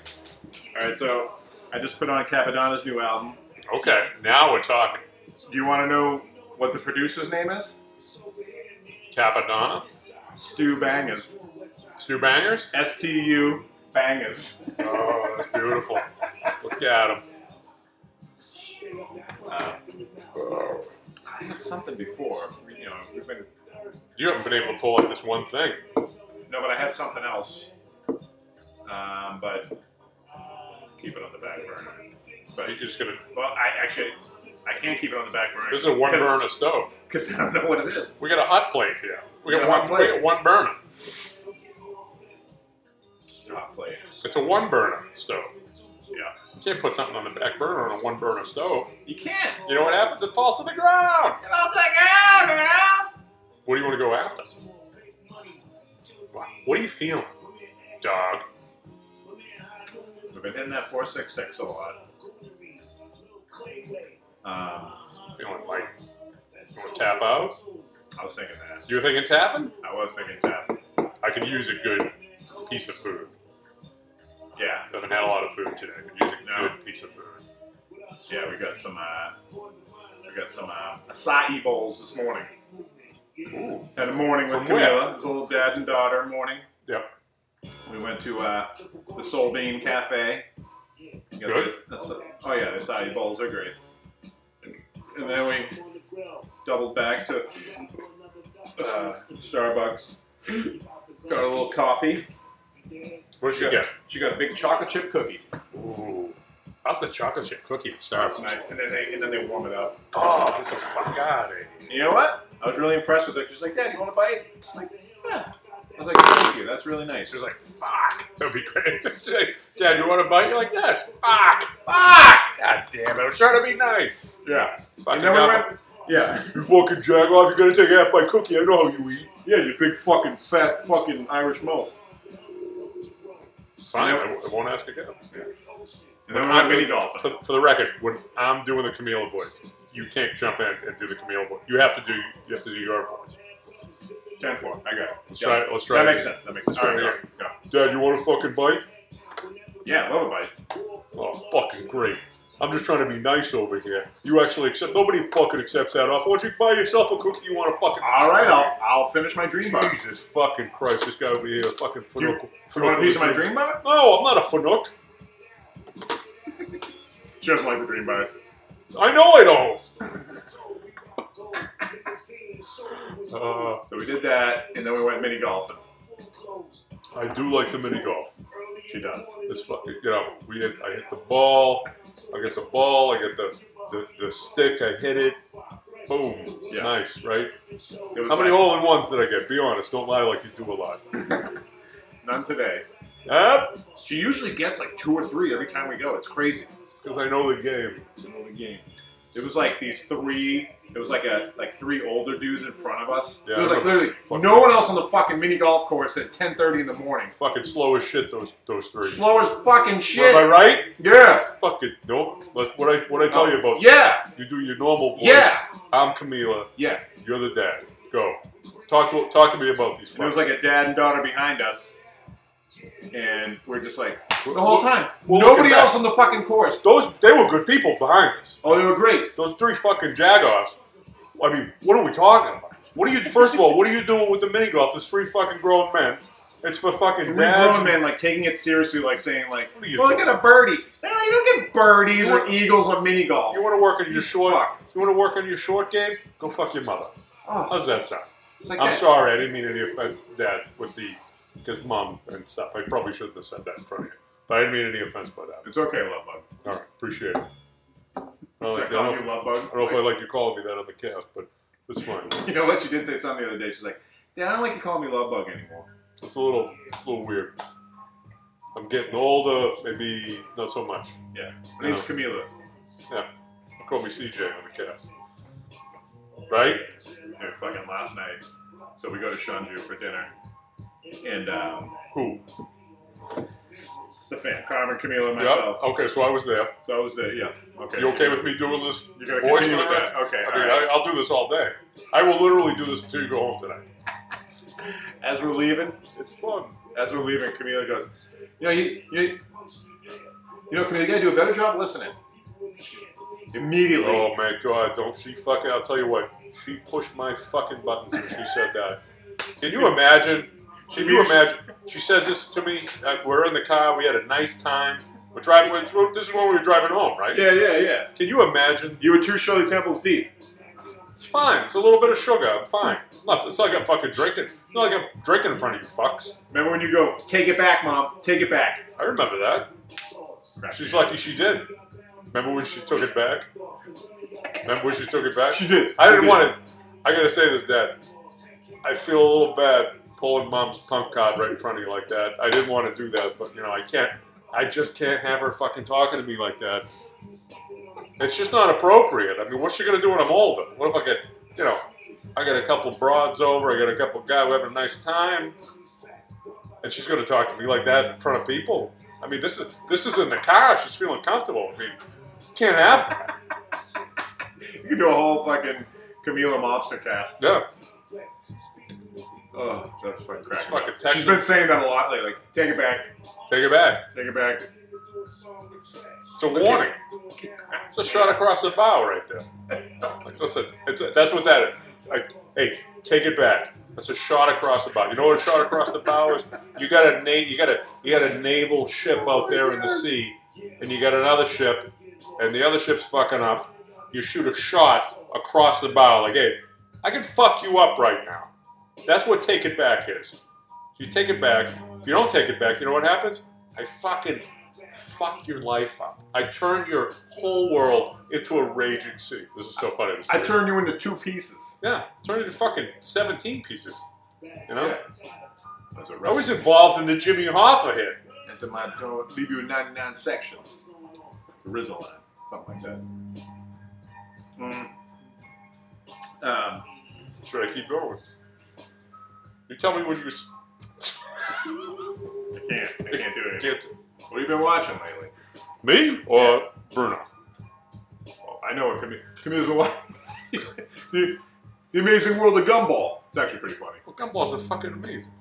Speaker 5: all right. So I just put on Capadonna's new album.
Speaker 3: Okay, now we're talking.
Speaker 5: Do you want to know what the producer's name is?
Speaker 3: Capadonna,
Speaker 5: Stu Bangers.
Speaker 3: Stu Bangers.
Speaker 5: S T U Bangers.
Speaker 3: Oh, that's beautiful. Look at him.
Speaker 5: Uh, I had something before. You know, we've been
Speaker 3: You haven't been able to pull up this one thing.
Speaker 5: No, but I had something else. Um, but keep it on the back burner. But
Speaker 3: You're just gonna.
Speaker 5: well, I actually I can't keep it on the back burner.
Speaker 3: This is a one
Speaker 5: *laughs*
Speaker 3: burner stove.
Speaker 5: because I don't know what it is.
Speaker 3: We got a hot plate here. We
Speaker 5: You
Speaker 3: got
Speaker 5: got a
Speaker 3: one.
Speaker 5: hot
Speaker 3: We got
Speaker 5: plate.
Speaker 3: one burner.
Speaker 5: Hot plate.
Speaker 3: It's a one burner stove.
Speaker 5: Yeah.
Speaker 3: You can't put something on the back burner on a one burner stove.
Speaker 5: You can't.
Speaker 3: You know what happens? It falls to the ground.
Speaker 5: And I was like, ah, man.
Speaker 3: What do you want to go after? Wow. What are you feeling, dog?
Speaker 5: We've been hitting that four six six a lot. Um,
Speaker 3: Feeling like you want to tap out?
Speaker 5: I was thinking that.
Speaker 3: You were thinking tapping?
Speaker 5: I was thinking tap.
Speaker 3: I could use a good piece of food.
Speaker 5: Yeah,
Speaker 3: I haven't had a lot of food today. I could use a
Speaker 5: No.
Speaker 3: good piece of food.
Speaker 5: yeah. We got some. Uh, we got some uh, acai bowls this morning. Had a morning with
Speaker 3: From where?
Speaker 5: Camilla. It was a little dad and daughter morning.
Speaker 3: Yep.
Speaker 5: We went to uh, the Soul Bean Cafe. You got
Speaker 3: Good.
Speaker 5: this- this- oh yeah, the acai bowls are great. And then we doubled back to uh, Starbucks. Got a little coffee.
Speaker 3: What did you get?
Speaker 5: She got a big chocolate chip cookie.
Speaker 3: Ooh. That's the chocolate chip cookie at
Speaker 5: That's
Speaker 3: Starbucks.
Speaker 5: nice. And then they and then they warm it up.
Speaker 3: Oh, get the fuck out of here.
Speaker 5: You know what? I was really impressed with it. She's like, Dad, you want a bite? It's like, yeah. I was like, thank you. That's really nice.
Speaker 3: She was like, fuck. That'd be great. *laughs* She's like, Dad, you want a bite? You're like, yes. Fuck. Fuck. God damn it. I'm trying to be nice.
Speaker 5: yeah.
Speaker 3: Fucking
Speaker 5: And then we
Speaker 3: dumb.
Speaker 5: went, *laughs* yeah.
Speaker 3: You fucking jag off. You're going to take half my cookie. I know how you eat.
Speaker 5: Yeah, you big fucking fat fucking Irish mouth.
Speaker 3: Fine. I, I won't ask again.
Speaker 5: And then
Speaker 3: I'm For, for the record, when I'm doing the Camille voice, you can't jump in and do the Camille voice. You have to do you have to do your voice.
Speaker 5: Ten four. I got it.
Speaker 3: Let's
Speaker 5: Yeah.
Speaker 3: try it. Let's try
Speaker 5: That
Speaker 3: it.
Speaker 5: makes sense. That makes sense.
Speaker 3: All
Speaker 5: All
Speaker 3: right,
Speaker 5: right,
Speaker 3: yeah.
Speaker 5: go, go.
Speaker 3: Dad, you want a fucking bite?
Speaker 5: Yeah, love a bite.
Speaker 3: Oh, fucking great. I'm just trying to be nice over here. You actually accept. Nobody fucking accepts that offer. Why don't you buy yourself a cookie you want to fucking.
Speaker 5: All right, I'll I'll finish my dream bar. Do
Speaker 3: Jesus fucking Christ, this guy over here, fucking
Speaker 5: you,
Speaker 3: finook.
Speaker 5: do you want a piece of my dream bar?
Speaker 3: No, I'm not a finook.
Speaker 5: She doesn't like the dream bars.
Speaker 3: I know I don't. Uh,
Speaker 5: So we did that, and then we went mini golfing.
Speaker 3: I do like the mini golf.
Speaker 5: She does.
Speaker 3: It's fucking, you know, we hit, I hit the ball, I get the ball, I get the, the, the stick, I hit it, boom,
Speaker 5: Yeah.
Speaker 3: nice, right?
Speaker 5: It was
Speaker 3: How many
Speaker 5: like,
Speaker 3: hole in ones did I get? Be honest, don't lie like you do a lot.
Speaker 5: None today.
Speaker 3: Yep,
Speaker 5: She usually gets like two or three every time we go. It's crazy.
Speaker 3: because I know the game.
Speaker 5: game. It was like these three. It was like a like three older dudes in front of us.
Speaker 3: Yeah,
Speaker 5: it was
Speaker 3: I
Speaker 5: like
Speaker 3: remember.
Speaker 5: literally
Speaker 3: Fuck.
Speaker 5: no one else on the fucking mini golf course at 10:30 in the morning.
Speaker 3: Fucking slow as shit, those those three.
Speaker 5: Slow as fucking shit.
Speaker 3: Am I right?
Speaker 5: Yeah.
Speaker 3: Fucking nope. What what I what I tell you about?
Speaker 5: Yeah.
Speaker 3: You do your normal voice.
Speaker 5: Yeah.
Speaker 3: I'm Camila.
Speaker 5: Yeah.
Speaker 3: You're the dad. Go. Talk to talk to me about these.
Speaker 5: And there was
Speaker 3: fucks.
Speaker 5: like a dad and daughter behind us, and we're just like the
Speaker 3: We're-
Speaker 5: whole
Speaker 3: we're-
Speaker 5: time.
Speaker 3: we're
Speaker 5: Nobody
Speaker 3: looking back.
Speaker 5: else on the fucking course.
Speaker 3: those they were good people behind us.
Speaker 5: Oh, they were great.
Speaker 3: Those three fucking jagoffs. I mean, what are we talking about? What are you? First of all, what are you doing with the mini golf? There's three fucking grown men. It's for fucking
Speaker 5: Three
Speaker 3: dads.
Speaker 5: grown men like taking it seriously, like saying like,
Speaker 3: What are you
Speaker 5: "Well, I got a birdie." No, you don't get birdies or
Speaker 3: What-
Speaker 5: eagles on mini golf.
Speaker 3: You want to work on your short?
Speaker 5: fuck.
Speaker 3: You want to work on your short game? Go fuck your mother.
Speaker 5: Oh,
Speaker 3: How's that sound?
Speaker 5: it's like
Speaker 3: I'm
Speaker 5: that.
Speaker 3: sorry, I didn't mean any offense, Dad, with the because mom and stuff. I probably shouldn't have said that in front of you, but I didn't mean any offense by that.
Speaker 5: It's okay, love bug.
Speaker 3: All right, appreciate it. I don't,
Speaker 5: Should I
Speaker 3: like, I,
Speaker 5: call
Speaker 3: don't,
Speaker 5: you
Speaker 3: know
Speaker 5: love bug?
Speaker 3: if, I don't know if I like you calling me that on the cast, but it's fine.
Speaker 5: *laughs* You know what? She did say something the other day. She's like, "Yeah, I don't like you calling me love bug anymore."
Speaker 3: It's a little, little weird. I'm getting older, maybe not so much.
Speaker 5: Yeah, my name's
Speaker 3: No.
Speaker 5: Camila.
Speaker 3: Yeah, call me CJ on the cast, right?
Speaker 5: Dude, fucking last night, so we go to Shunju for dinner, and um,
Speaker 3: Who?
Speaker 5: the fam, Carmen, Camila, and
Speaker 3: Yeah.
Speaker 5: myself.
Speaker 3: Okay, so I was there.
Speaker 5: So I was there. Yeah. Okay.
Speaker 3: You okay with me doing this?
Speaker 5: You're gonna
Speaker 3: voice
Speaker 5: continue
Speaker 3: for the
Speaker 5: with
Speaker 3: rest-
Speaker 5: that? Okay,
Speaker 3: I mean,
Speaker 5: all right.
Speaker 3: I, I'll do this all day. I will literally do this until you go home tonight.
Speaker 5: As we're leaving,
Speaker 3: It's fun.
Speaker 5: as we're leaving, Camila goes, "You know, you, you, you know, Camila, you gotta do a better job listening." Immediately.
Speaker 3: Oh my god, don't she fucking, I'll tell you what, she pushed my fucking buttons when she said that. Can you imagine? Can you imagine? She says this to me, like, we're in the car, we had a nice time. We're driving, we're, this is when we were driving home, right?
Speaker 5: Yeah, yeah, yeah.
Speaker 3: Can you imagine?
Speaker 5: You were two Shirley Temples deep.
Speaker 3: It's fine, it's a little bit of sugar, I'm fine. Nothing, it's not like I'm fucking drinking. It's not like I'm drinking in front of you fucks.
Speaker 5: Remember when you go, "Take it back, mom. Take it back." *laughs*
Speaker 3: I remember that. She's lucky she did. Remember when she took it back? Remember when she took it back?
Speaker 5: She did.
Speaker 3: I didn't
Speaker 5: She did.
Speaker 3: want to. I gotta say this, Dad. I feel a little bad pulling Mom's punk card right in front of you like that. I didn't want to do that, but you know, I can't. I just can't have her fucking talking to me like that. It's just not appropriate. I mean, what's she gonna do when I'm older? What if I get, you know, I got a couple broads over, I got a couple guys we're having a nice time, and she's gonna talk to me like that in front of people? I mean, this is this is in the car. She's feeling comfortable. I mean, can't happen.
Speaker 5: You can do a whole fucking Camila Mobster cast.
Speaker 3: No.
Speaker 5: Oh, that's fucking crack.
Speaker 3: It's fucking
Speaker 5: She's
Speaker 3: Texas.
Speaker 5: been saying that a lot lately. Like, take it back,
Speaker 3: Take it back.
Speaker 5: take it back.
Speaker 3: It's a warning. It's a shot across the bow right there. Like, listen, it- that's what that is. Like, hey, take it back. That's a shot across the bow. You know what a shot across the bow is? You got a na- you got a you got a naval ship out there in the sea, and you got another ship, and the other ship's fucking up. You shoot a shot across the bow, like, hey, I can fuck you up right now. That's what take it back is. You take it back. If you don't take it back, you know what happens? I fucking fuck your life up. I turn your whole world into a raging sea. This is so funny. This
Speaker 5: I
Speaker 3: is-
Speaker 5: turned you into two pieces.
Speaker 3: yeah, turn it into fucking 17 pieces. You know?
Speaker 5: That's a
Speaker 3: I was involved in the Jimmy Hoffa hit.
Speaker 5: Into my gonna leave you in 99 sections. The Rizzo line, something like that. Mm. Um,
Speaker 3: Should I keep going? You tell me when you s-
Speaker 5: I can't. I can't do it. Anymore.
Speaker 3: get
Speaker 5: What have you been watching lately?
Speaker 3: me or Bruno.
Speaker 5: *laughs* Well, I know what Camille, Camile's been watching. the, the Amazing World of Gumball. It's actually pretty funny.
Speaker 3: Well, gumballs are fucking amazing.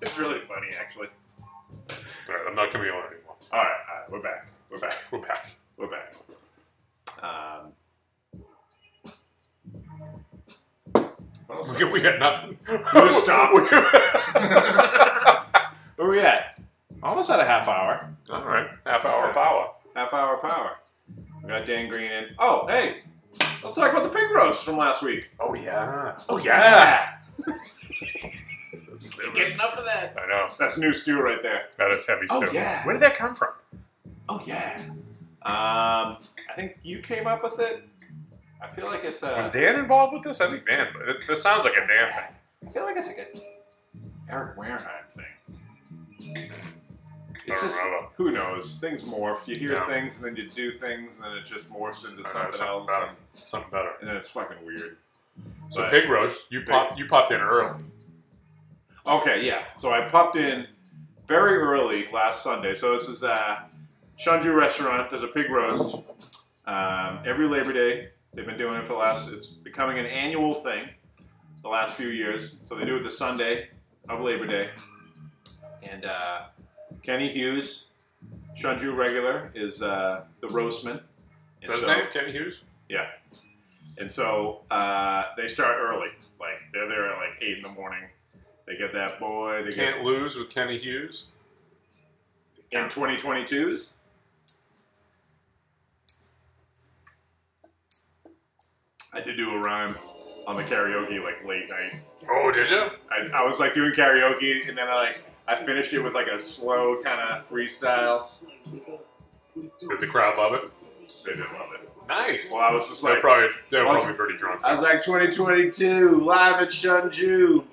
Speaker 5: It's really funny, actually.
Speaker 3: All right, I'm not gonna be on anymore.
Speaker 5: All right, all right, we're back. We're back.
Speaker 3: We're *laughs* back.
Speaker 5: We're back. Um, what
Speaker 3: *laughs*
Speaker 5: else?
Speaker 3: We got, we got nothing. *laughs*
Speaker 5: You stop.
Speaker 3: We're-
Speaker 5: Where we at? Almost at a half hour.
Speaker 3: All right, half hour power.
Speaker 5: Half hour power. We got Dan Green in. Oh, hey, let's talk about the pig roast from last week.
Speaker 3: Oh yeah.
Speaker 5: Oh yeah,
Speaker 3: Get
Speaker 5: enough of that.
Speaker 3: I know.
Speaker 5: That's new stew right there.
Speaker 3: That is heavy
Speaker 5: Oh,
Speaker 3: stuff.
Speaker 5: yeah.
Speaker 3: Where did that come from?
Speaker 5: Oh yeah. Um, I think you came up with it. I feel like it's a.
Speaker 3: Was Dan involved with this? I think Dan. It, this sounds like a Dan thing.
Speaker 5: I feel like it's like a Eric Wareheim thing. It's
Speaker 3: don't
Speaker 5: just,
Speaker 3: know.
Speaker 5: who knows? Things morph. You hear
Speaker 3: Yeah.
Speaker 5: things, and then you do things, and then it just morphs into
Speaker 3: I know,
Speaker 5: something else,
Speaker 3: better.
Speaker 5: and,
Speaker 3: Something better.
Speaker 5: and then it's fucking weird.
Speaker 3: So
Speaker 5: But-
Speaker 3: pig roast. You popped. You popped in early.
Speaker 5: Okay, yeah. So I popped in very early last Sunday. So this is uh, Shanju Restaurant. There's a pig roast um, every Labor Day. They've been doing it for the last. It's becoming an annual thing. The last few years, so they do it the Sunday of Labor Day. And uh, Kenny Hughes, Shanju regular, is uh, the roastman. And
Speaker 3: Does
Speaker 5: so-
Speaker 3: name Kenny Hughes?
Speaker 5: yeah. And so uh, they start early. Like they're there at like eight in the morning. They get that boy. They get
Speaker 3: Can't lose with Kenny Hughes.
Speaker 5: in 2022s. I did do a rhyme on the karaoke like late night.
Speaker 3: Oh, did you?
Speaker 5: I, I was like doing karaoke and then I like I finished it with like a slow kind of freestyle.
Speaker 3: Did the crowd love it?
Speaker 5: They didn't love it.
Speaker 3: Nice.
Speaker 5: Well, I was just
Speaker 3: they're
Speaker 5: like
Speaker 3: probably they're
Speaker 5: Well,
Speaker 3: probably pretty drunk.
Speaker 5: I was like 2022 live at Shunju.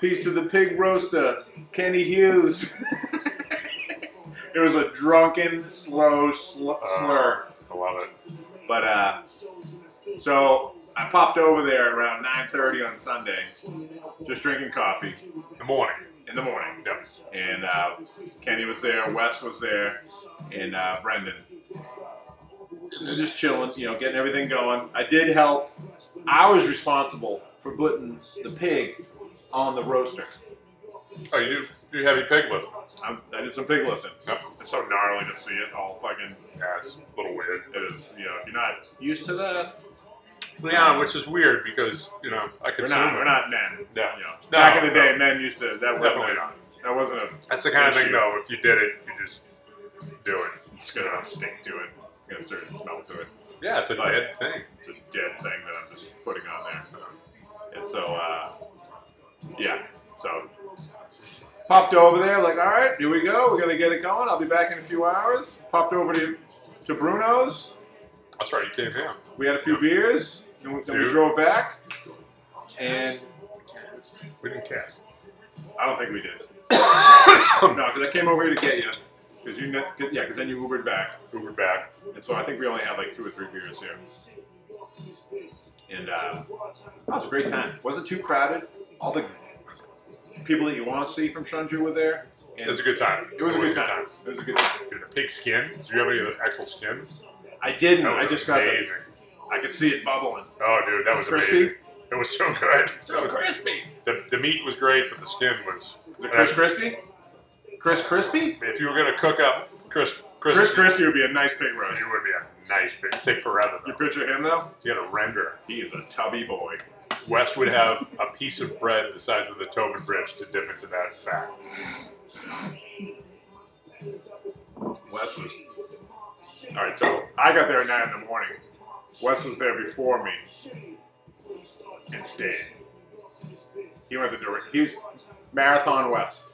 Speaker 5: Piece of the pig roaster, Kenny Hughes. it was a drunken, slow sl- slur.
Speaker 3: I love it.
Speaker 5: But uh, so I popped over there around 9:30 on Sunday, just drinking coffee
Speaker 3: The morning.
Speaker 5: in the morning.
Speaker 3: Yeah.
Speaker 5: And uh, Kenny was there, Wes was there, and uh, Brendan. And they're just chilling, you know, getting everything going. I did help. I was responsible for putting the pig on the roaster.
Speaker 3: Oh, you do do heavy pig lift.
Speaker 5: I, I did some pig lifting.
Speaker 3: Yep.
Speaker 5: It's so gnarly to see it all fucking.
Speaker 3: Yeah, it's a little weird.
Speaker 5: It is, you know, if you're not used to that,
Speaker 3: Leon, which is weird because you know I
Speaker 5: we're
Speaker 3: consume.
Speaker 5: not, we're
Speaker 3: it.
Speaker 5: not men.
Speaker 3: Yeah.
Speaker 5: You know,
Speaker 3: No,
Speaker 5: back in the
Speaker 3: no.
Speaker 5: day, men used to. That wasn't.
Speaker 3: Definitely
Speaker 5: a-
Speaker 3: not.
Speaker 5: That wasn't a.
Speaker 3: That's the kind of
Speaker 5: issue.
Speaker 3: thing though. If you did it, you just do it.
Speaker 5: It's gonna stink to it. It's got a certain smell to it.
Speaker 3: Yeah, it's a
Speaker 5: But-
Speaker 3: dead thing.
Speaker 5: It's a dead thing that I'm just putting on there. And so, uh, yeah. So popped over there, like, all right, here we go. We're gonna get it going. I'll be back in a few hours. Popped over to to Bruno's.
Speaker 3: That's right. Oh, You came here.
Speaker 5: We had a few beers. And we, then we
Speaker 3: Dude.
Speaker 5: drove back. And
Speaker 3: We didn't cast.
Speaker 5: I don't think we did. no, because I came over here to get you. Because you, ne- 'cause- yeah, because then you Ubered back.
Speaker 3: Uber back.
Speaker 5: And so I think we only had like two or three beers here. And uh, that was a great time. Wasn't too crowded. All the people that you want to see from Shunju were there.
Speaker 3: It was a good time.
Speaker 5: It was a good time. It was a good time.
Speaker 3: Dude, the pig skin. Did you have any of the actual skin?
Speaker 5: I didn't.
Speaker 3: That was
Speaker 5: I just got the,
Speaker 3: amazing.
Speaker 5: I could see it bubbling.
Speaker 3: Oh, dude, that was
Speaker 5: Crispy?
Speaker 3: amazing. It was so good.
Speaker 5: *laughs* So crispy.
Speaker 3: The, the meat was great, but the skin was.
Speaker 5: Is it Chris Christie? Chris Christie?
Speaker 3: If you were gonna cook up Chris, Chris,
Speaker 5: Chris Christie would be a nice pig roast.
Speaker 3: you would be a nice pig. Take forever
Speaker 5: You
Speaker 3: though.
Speaker 5: picture him though?
Speaker 3: You got to render.
Speaker 5: He is a tubby boy.
Speaker 3: Wes would have a piece of bread the size of the Tobin Bridge to dip into that fat.
Speaker 5: Wes was. All right, so I got there at nine in the morning. Wes was there before me and stayed. He went the direct. He's marathon Wes.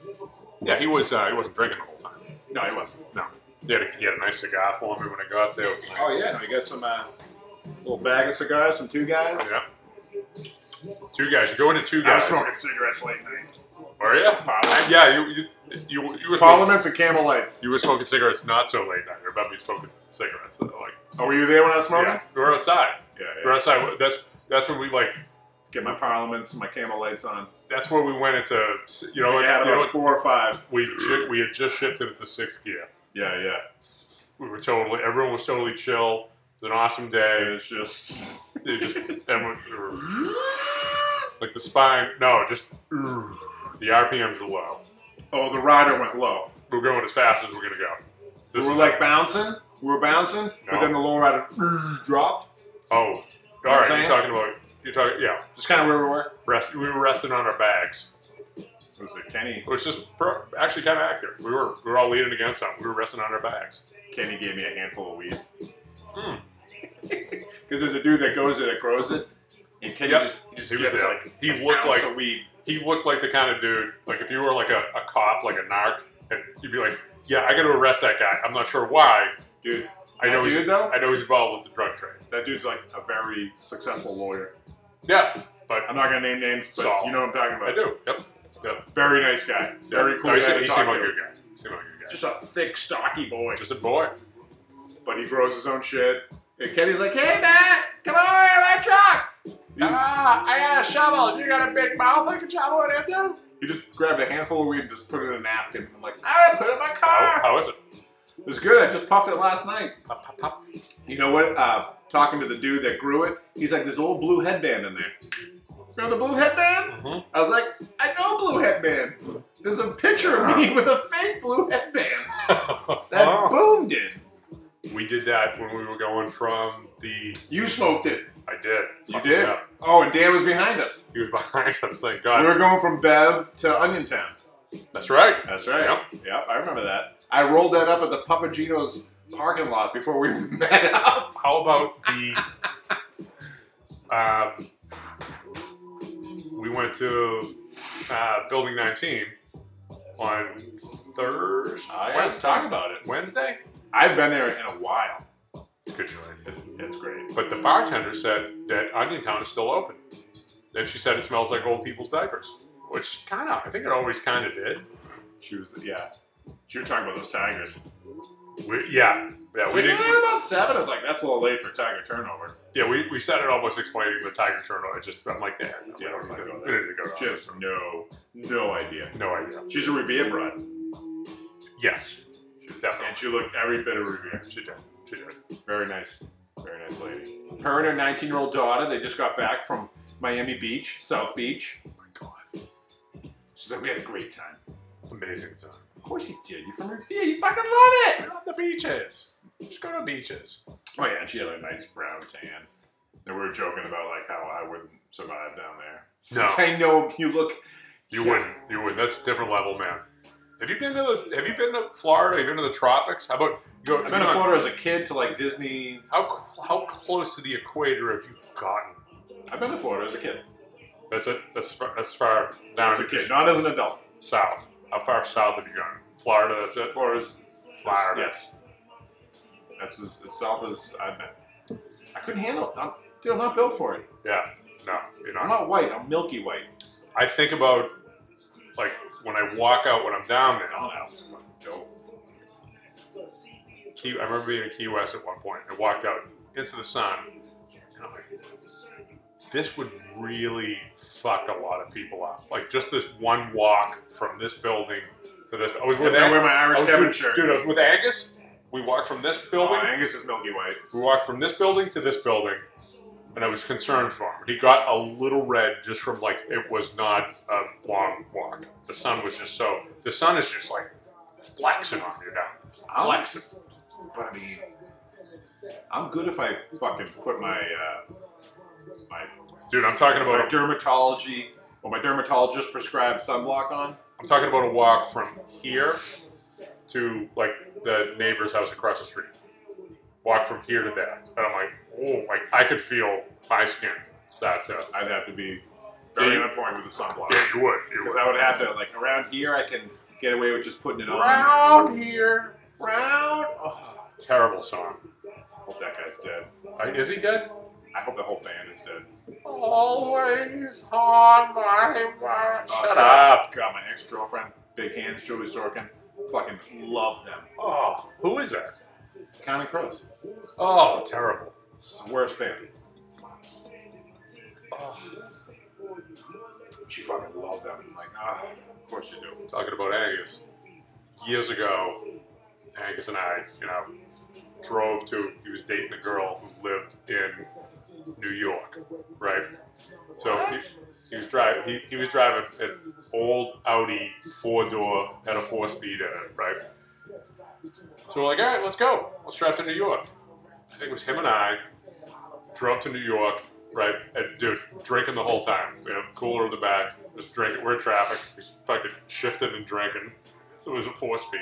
Speaker 3: Yeah, he was. Uh, he wasn't drinking the whole time.
Speaker 5: No, he wasn't.
Speaker 3: No, he had a, he had a nice cigar for me when I got there. It was nice.
Speaker 5: Oh yeah, we got some uh, little bag of cigars from two guys.
Speaker 3: yeah. Two guys. You go into two
Speaker 5: I
Speaker 3: guys.
Speaker 5: was smoking cigarettes late night.
Speaker 3: Are you? Yeah, you you you, you were smoking,
Speaker 5: Parliaments and Camel Lights.
Speaker 3: you were smoking cigarettes not so late night. I remember you smoking cigarettes. Like
Speaker 5: Oh, were you there when I was smoking?
Speaker 3: yeah, we were outside.
Speaker 5: yeah.
Speaker 3: We were outside. That's that's when we like.
Speaker 5: Get my Parliaments and my Camel Lights on.
Speaker 3: That's where we went into. You know,
Speaker 5: I
Speaker 3: what-
Speaker 5: had
Speaker 3: you know
Speaker 5: about
Speaker 3: what?
Speaker 5: four or five.
Speaker 3: We ju- we had just shifted it to sixth gear.
Speaker 5: Yeah, yeah.
Speaker 3: We were totally. Everyone was totally chill. It's an awesome day.
Speaker 5: And it's just
Speaker 3: They just everyone, like the spine. No, just the RPMs are low.
Speaker 5: oh, the rider went low.
Speaker 3: We're going as fast as we're gonna go.
Speaker 5: We
Speaker 3: This
Speaker 5: were
Speaker 3: is
Speaker 5: like bouncing. We were bouncing, but
Speaker 3: No.
Speaker 5: then the low rider dropped.
Speaker 3: oh, all
Speaker 5: know what
Speaker 3: right.
Speaker 5: I'm
Speaker 3: You're
Speaker 5: saying?
Speaker 3: talking about you're talking yeah.
Speaker 5: Just kind of where we were.
Speaker 3: Rest. We were resting on our bags,
Speaker 5: It was like Kenny.
Speaker 3: which is pro, actually kind of accurate. We were we were all leaning against something. We were resting on our bags.
Speaker 5: Kenny gave me a handful of weed. *laughs*
Speaker 3: Hmm.
Speaker 5: Because there's a dude that goes there that grows it, and Kenny
Speaker 3: Yep.
Speaker 5: just, he just
Speaker 3: He was
Speaker 5: gets
Speaker 3: there.
Speaker 5: like
Speaker 3: He
Speaker 5: an
Speaker 3: looked
Speaker 5: ounce
Speaker 3: like-
Speaker 5: of weed.
Speaker 3: He looked like the kind of dude like if you were like a, a cop, like a narc, and you'd be like, yeah, I got to arrest that guy. I'm not sure why.
Speaker 5: Dude,
Speaker 3: I know
Speaker 5: that
Speaker 3: he's
Speaker 5: dude though.
Speaker 3: I know he's involved with the drug trade.
Speaker 5: that dude's like a very successful lawyer.
Speaker 3: Yeah, but
Speaker 5: I'm not gonna name names, but
Speaker 3: Saul.
Speaker 5: you know what I'm talking about.
Speaker 3: I do. Yep.
Speaker 5: Very nice guy. Very cool
Speaker 3: No, he
Speaker 5: guy
Speaker 3: seemed,
Speaker 5: to
Speaker 3: he
Speaker 5: talk
Speaker 3: seemed like
Speaker 5: to.
Speaker 3: a good guy. He seemed like a good guy. Just,
Speaker 5: *laughs* Just a thick, stocky boy.
Speaker 3: a boy.
Speaker 5: But he grows his own shit. And Kenny's like, "Hey Matt, come over here, that truck." He just,
Speaker 4: Ah, I got a shovel. You got a big mouth I can shovel it into?
Speaker 5: he just grabbed a handful of weed and just put it in a napkin. I'm like, "I put it in my
Speaker 3: How,
Speaker 5: car."
Speaker 3: how is it?
Speaker 5: It was good. I just puffed it last night. You know what? Uh, talking to the dude that grew it, he's like, "There's a little blue headband in there." Remember the blue headband?
Speaker 3: Mhm.
Speaker 5: I was like, "I know blue headband." There's a picture of me *laughs* with a fake blue headband that
Speaker 2: Oh.
Speaker 5: boomed it.
Speaker 3: We did that when we were going from the.
Speaker 5: You smoked it.
Speaker 3: I did.
Speaker 5: You
Speaker 3: Fuck
Speaker 5: did?
Speaker 3: yeah.
Speaker 5: Oh, and Dan was behind us.
Speaker 3: He was behind us. Thank
Speaker 5: We
Speaker 3: God.
Speaker 5: were going from Bev to Onion Town.
Speaker 3: That's right.
Speaker 5: That's right. Yep. Yep. I remember that. I rolled that up at the Papagino's parking lot before we *laughs* met up.
Speaker 3: How about the? um, we went to uh, Building 19 on Thursday.
Speaker 5: about it.
Speaker 3: Wednesday.
Speaker 5: I've been there in a while.
Speaker 3: It's a good joint.
Speaker 5: It's, it's great.
Speaker 3: But the bartender said that Onion Town is still open. And she said it smells like old people's diapers, which kind of, I think it always kind of did.
Speaker 5: She was, yeah. She was talking about those tigers.
Speaker 3: We, yeah, yeah, we
Speaker 5: We
Speaker 3: didn't.
Speaker 5: did about seven. I was like, that's a little late for tiger turnover.
Speaker 3: Yeah, we, we said it almost explaining the tiger turtle. I just I'm like, yeah, no, we
Speaker 5: Yeah,
Speaker 3: don't
Speaker 5: it's
Speaker 3: need
Speaker 5: not
Speaker 3: to-
Speaker 5: going
Speaker 3: we
Speaker 5: there.
Speaker 3: didn't go.
Speaker 5: She
Speaker 3: there.
Speaker 5: has no, no idea.
Speaker 3: No idea.
Speaker 5: She's a Revere broad.
Speaker 3: Yes, definitely.
Speaker 5: And she looked every bit of Revere.
Speaker 3: She did. She did.
Speaker 5: Very nice. Very nice lady. Her and her 19 year old daughter, they just got back from Miami Beach, South Beach. Oh my God. She's like, we had a great time.
Speaker 3: Amazing time.
Speaker 5: Of course you did. You're from Revere. You fucking love it.
Speaker 3: We're on the beaches. Just go to beaches.
Speaker 5: Oh, yeah. And she had a nice brown tan. And we were joking about like how I wouldn't survive down there. She's
Speaker 3: No.
Speaker 5: like, I know you look.
Speaker 3: You wouldn't. You wouldn't. That's a different level, man. Have you been to the? Have you been to Florida? Have you been to the tropics? How about you go?
Speaker 5: I've been to Florida as a kid to like Disney.
Speaker 3: How cl- how close to the equator have you gotten?
Speaker 5: I've been to Florida as a kid.
Speaker 3: That's it. That's far, that's far down
Speaker 5: As a kid, not as an adult.
Speaker 3: south. How far south have you gone? Florida. That's it.
Speaker 5: Florida's
Speaker 3: Florida.
Speaker 5: Yes. That's as, as south as I've been. I couldn't handle it. I'm still not built for it.
Speaker 3: Yeah. No, you're
Speaker 5: I'm
Speaker 3: not.
Speaker 5: not white. I'm milky white.
Speaker 3: I think about like when I walk out when I'm down there.
Speaker 5: Don Allen's fucking dope.
Speaker 3: Key, I remember being in Key West at one point. I walked out into the sun, and I'm like, this would really fuck a lot of people up. Like just this one walk from this building to this. I was
Speaker 5: Is
Speaker 3: with
Speaker 5: that
Speaker 3: Ang-
Speaker 5: where my Irish
Speaker 3: I was-
Speaker 5: Kevin
Speaker 3: dude,
Speaker 5: shirt?
Speaker 3: dude, I was with Angus. We walked from this
Speaker 5: oh,
Speaker 3: building
Speaker 5: Angus is milky white.
Speaker 3: We walked from this building to this building, and I was concerned for him. He got a little red just from like it was not a long walk. The sun was just so. The sun is just like flexing on you
Speaker 5: Oh.
Speaker 3: now. Flexing.
Speaker 5: But I mean, I'm good if I fucking put my uh, my
Speaker 3: Dude, I'm talking
Speaker 5: my
Speaker 3: about.
Speaker 5: dermatology or my dermatologist prescribed sunblock on.
Speaker 3: I'm talking about a walk from here to like the neighbor's house across the street. Walk from here to there, and I'm like, oh, like I could feel my skin start to.
Speaker 5: I'd have to be very
Speaker 3: Yeah, you-
Speaker 5: on point with the sunblock
Speaker 3: Yeah, you would. You
Speaker 5: because
Speaker 3: would.
Speaker 5: I would have to like around here. I can get away with just putting it on.
Speaker 3: Round here.
Speaker 5: round. Oh,
Speaker 3: Terrible song.
Speaker 5: I hope that guy's dead.
Speaker 3: I- Is he dead?
Speaker 5: I hope the whole band is dead.
Speaker 3: Always on my mind.
Speaker 5: Oh,
Speaker 3: Shut
Speaker 5: God.
Speaker 3: up.
Speaker 5: God, my ex girlfriend, Big Hands, Julie Sorkin, fucking love them.
Speaker 3: Oh, who is that?
Speaker 5: Counting Crows.
Speaker 3: Oh, terrible.
Speaker 5: It's the worst band.
Speaker 3: Oh,
Speaker 5: She fucking loved them. I'm like, ah, of course you do.
Speaker 3: talking about Angus. Years ago, Angus and I, you know, drove to. He was dating a girl who lived in New York, right? So he, he was driving. He, he was driving an old Audi four door had a four speed in it, right? So we're like, all right, let's go. Let's drive to New York. I think it was him and I drove to New York, right? And dude, drinking the whole time. We have a cooler in the back, just drinking. We're in traffic, just fucking shifting and drinking. So it was a four speed.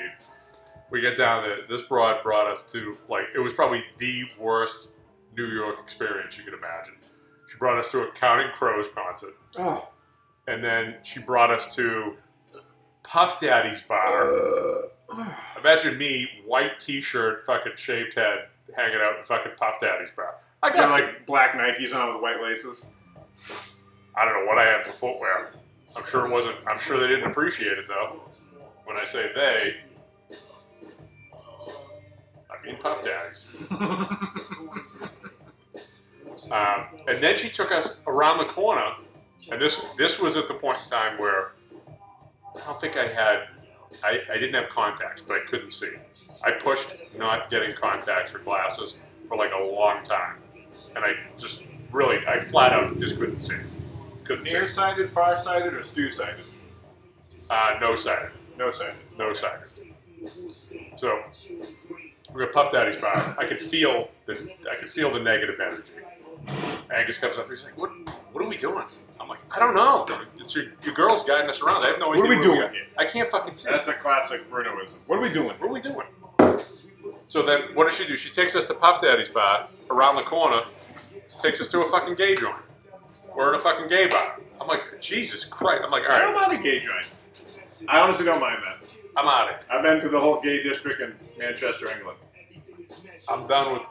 Speaker 3: We get down there. This broad brought us to like it was probably the worst New York experience you could imagine. She brought us to a Counting Crows concert,
Speaker 2: Oh,
Speaker 3: and then she brought us to Puff Daddy's bar. Imagine me, white T-shirt, fucking shaved head, hanging out in fucking Puff Daddy's bar. I
Speaker 5: You know,
Speaker 3: got like
Speaker 5: like black Nikes on with white laces.
Speaker 3: I don't know what I had for footwear. I'm sure it wasn't. I'm sure they didn't appreciate it though. When I say they, I mean Puff Daddies. um, and then she took us around the corner, and this this was at the point in time where I don't think I had. I, I didn't have contacts, but I couldn't see. I pushed not getting contacts or glasses for like a long time, and I just really, I flat out just couldn't see. Couldn't see.
Speaker 5: Nearsighted, farsighted, or stew-sighted?
Speaker 3: Uh, no cider.
Speaker 5: No sighted.
Speaker 3: No cider. So we're gonna puff daddy's bar. I could feel the I could feel the negative energy. Angus comes up and he's like, What what are we doing? I'm like, I don't know. It's your, your girl's guiding us around. I have no idea.
Speaker 5: What are we
Speaker 3: got.
Speaker 5: doing?
Speaker 3: I can't fucking see.
Speaker 5: That's a classic Brunoism. What are we doing?
Speaker 3: What are we doing? So then, what does she do? She takes us to Puff Daddy's bar around the corner, takes us to a fucking gay joint. We're in a fucking gay bar. I'm like, Jesus Christ. I'm like, all
Speaker 5: I don't
Speaker 3: right,
Speaker 5: mind a gay joint. I honestly don't mind that.
Speaker 3: I'm out of here.
Speaker 5: I've been to the whole gay district in Manchester, England.
Speaker 3: I'm done with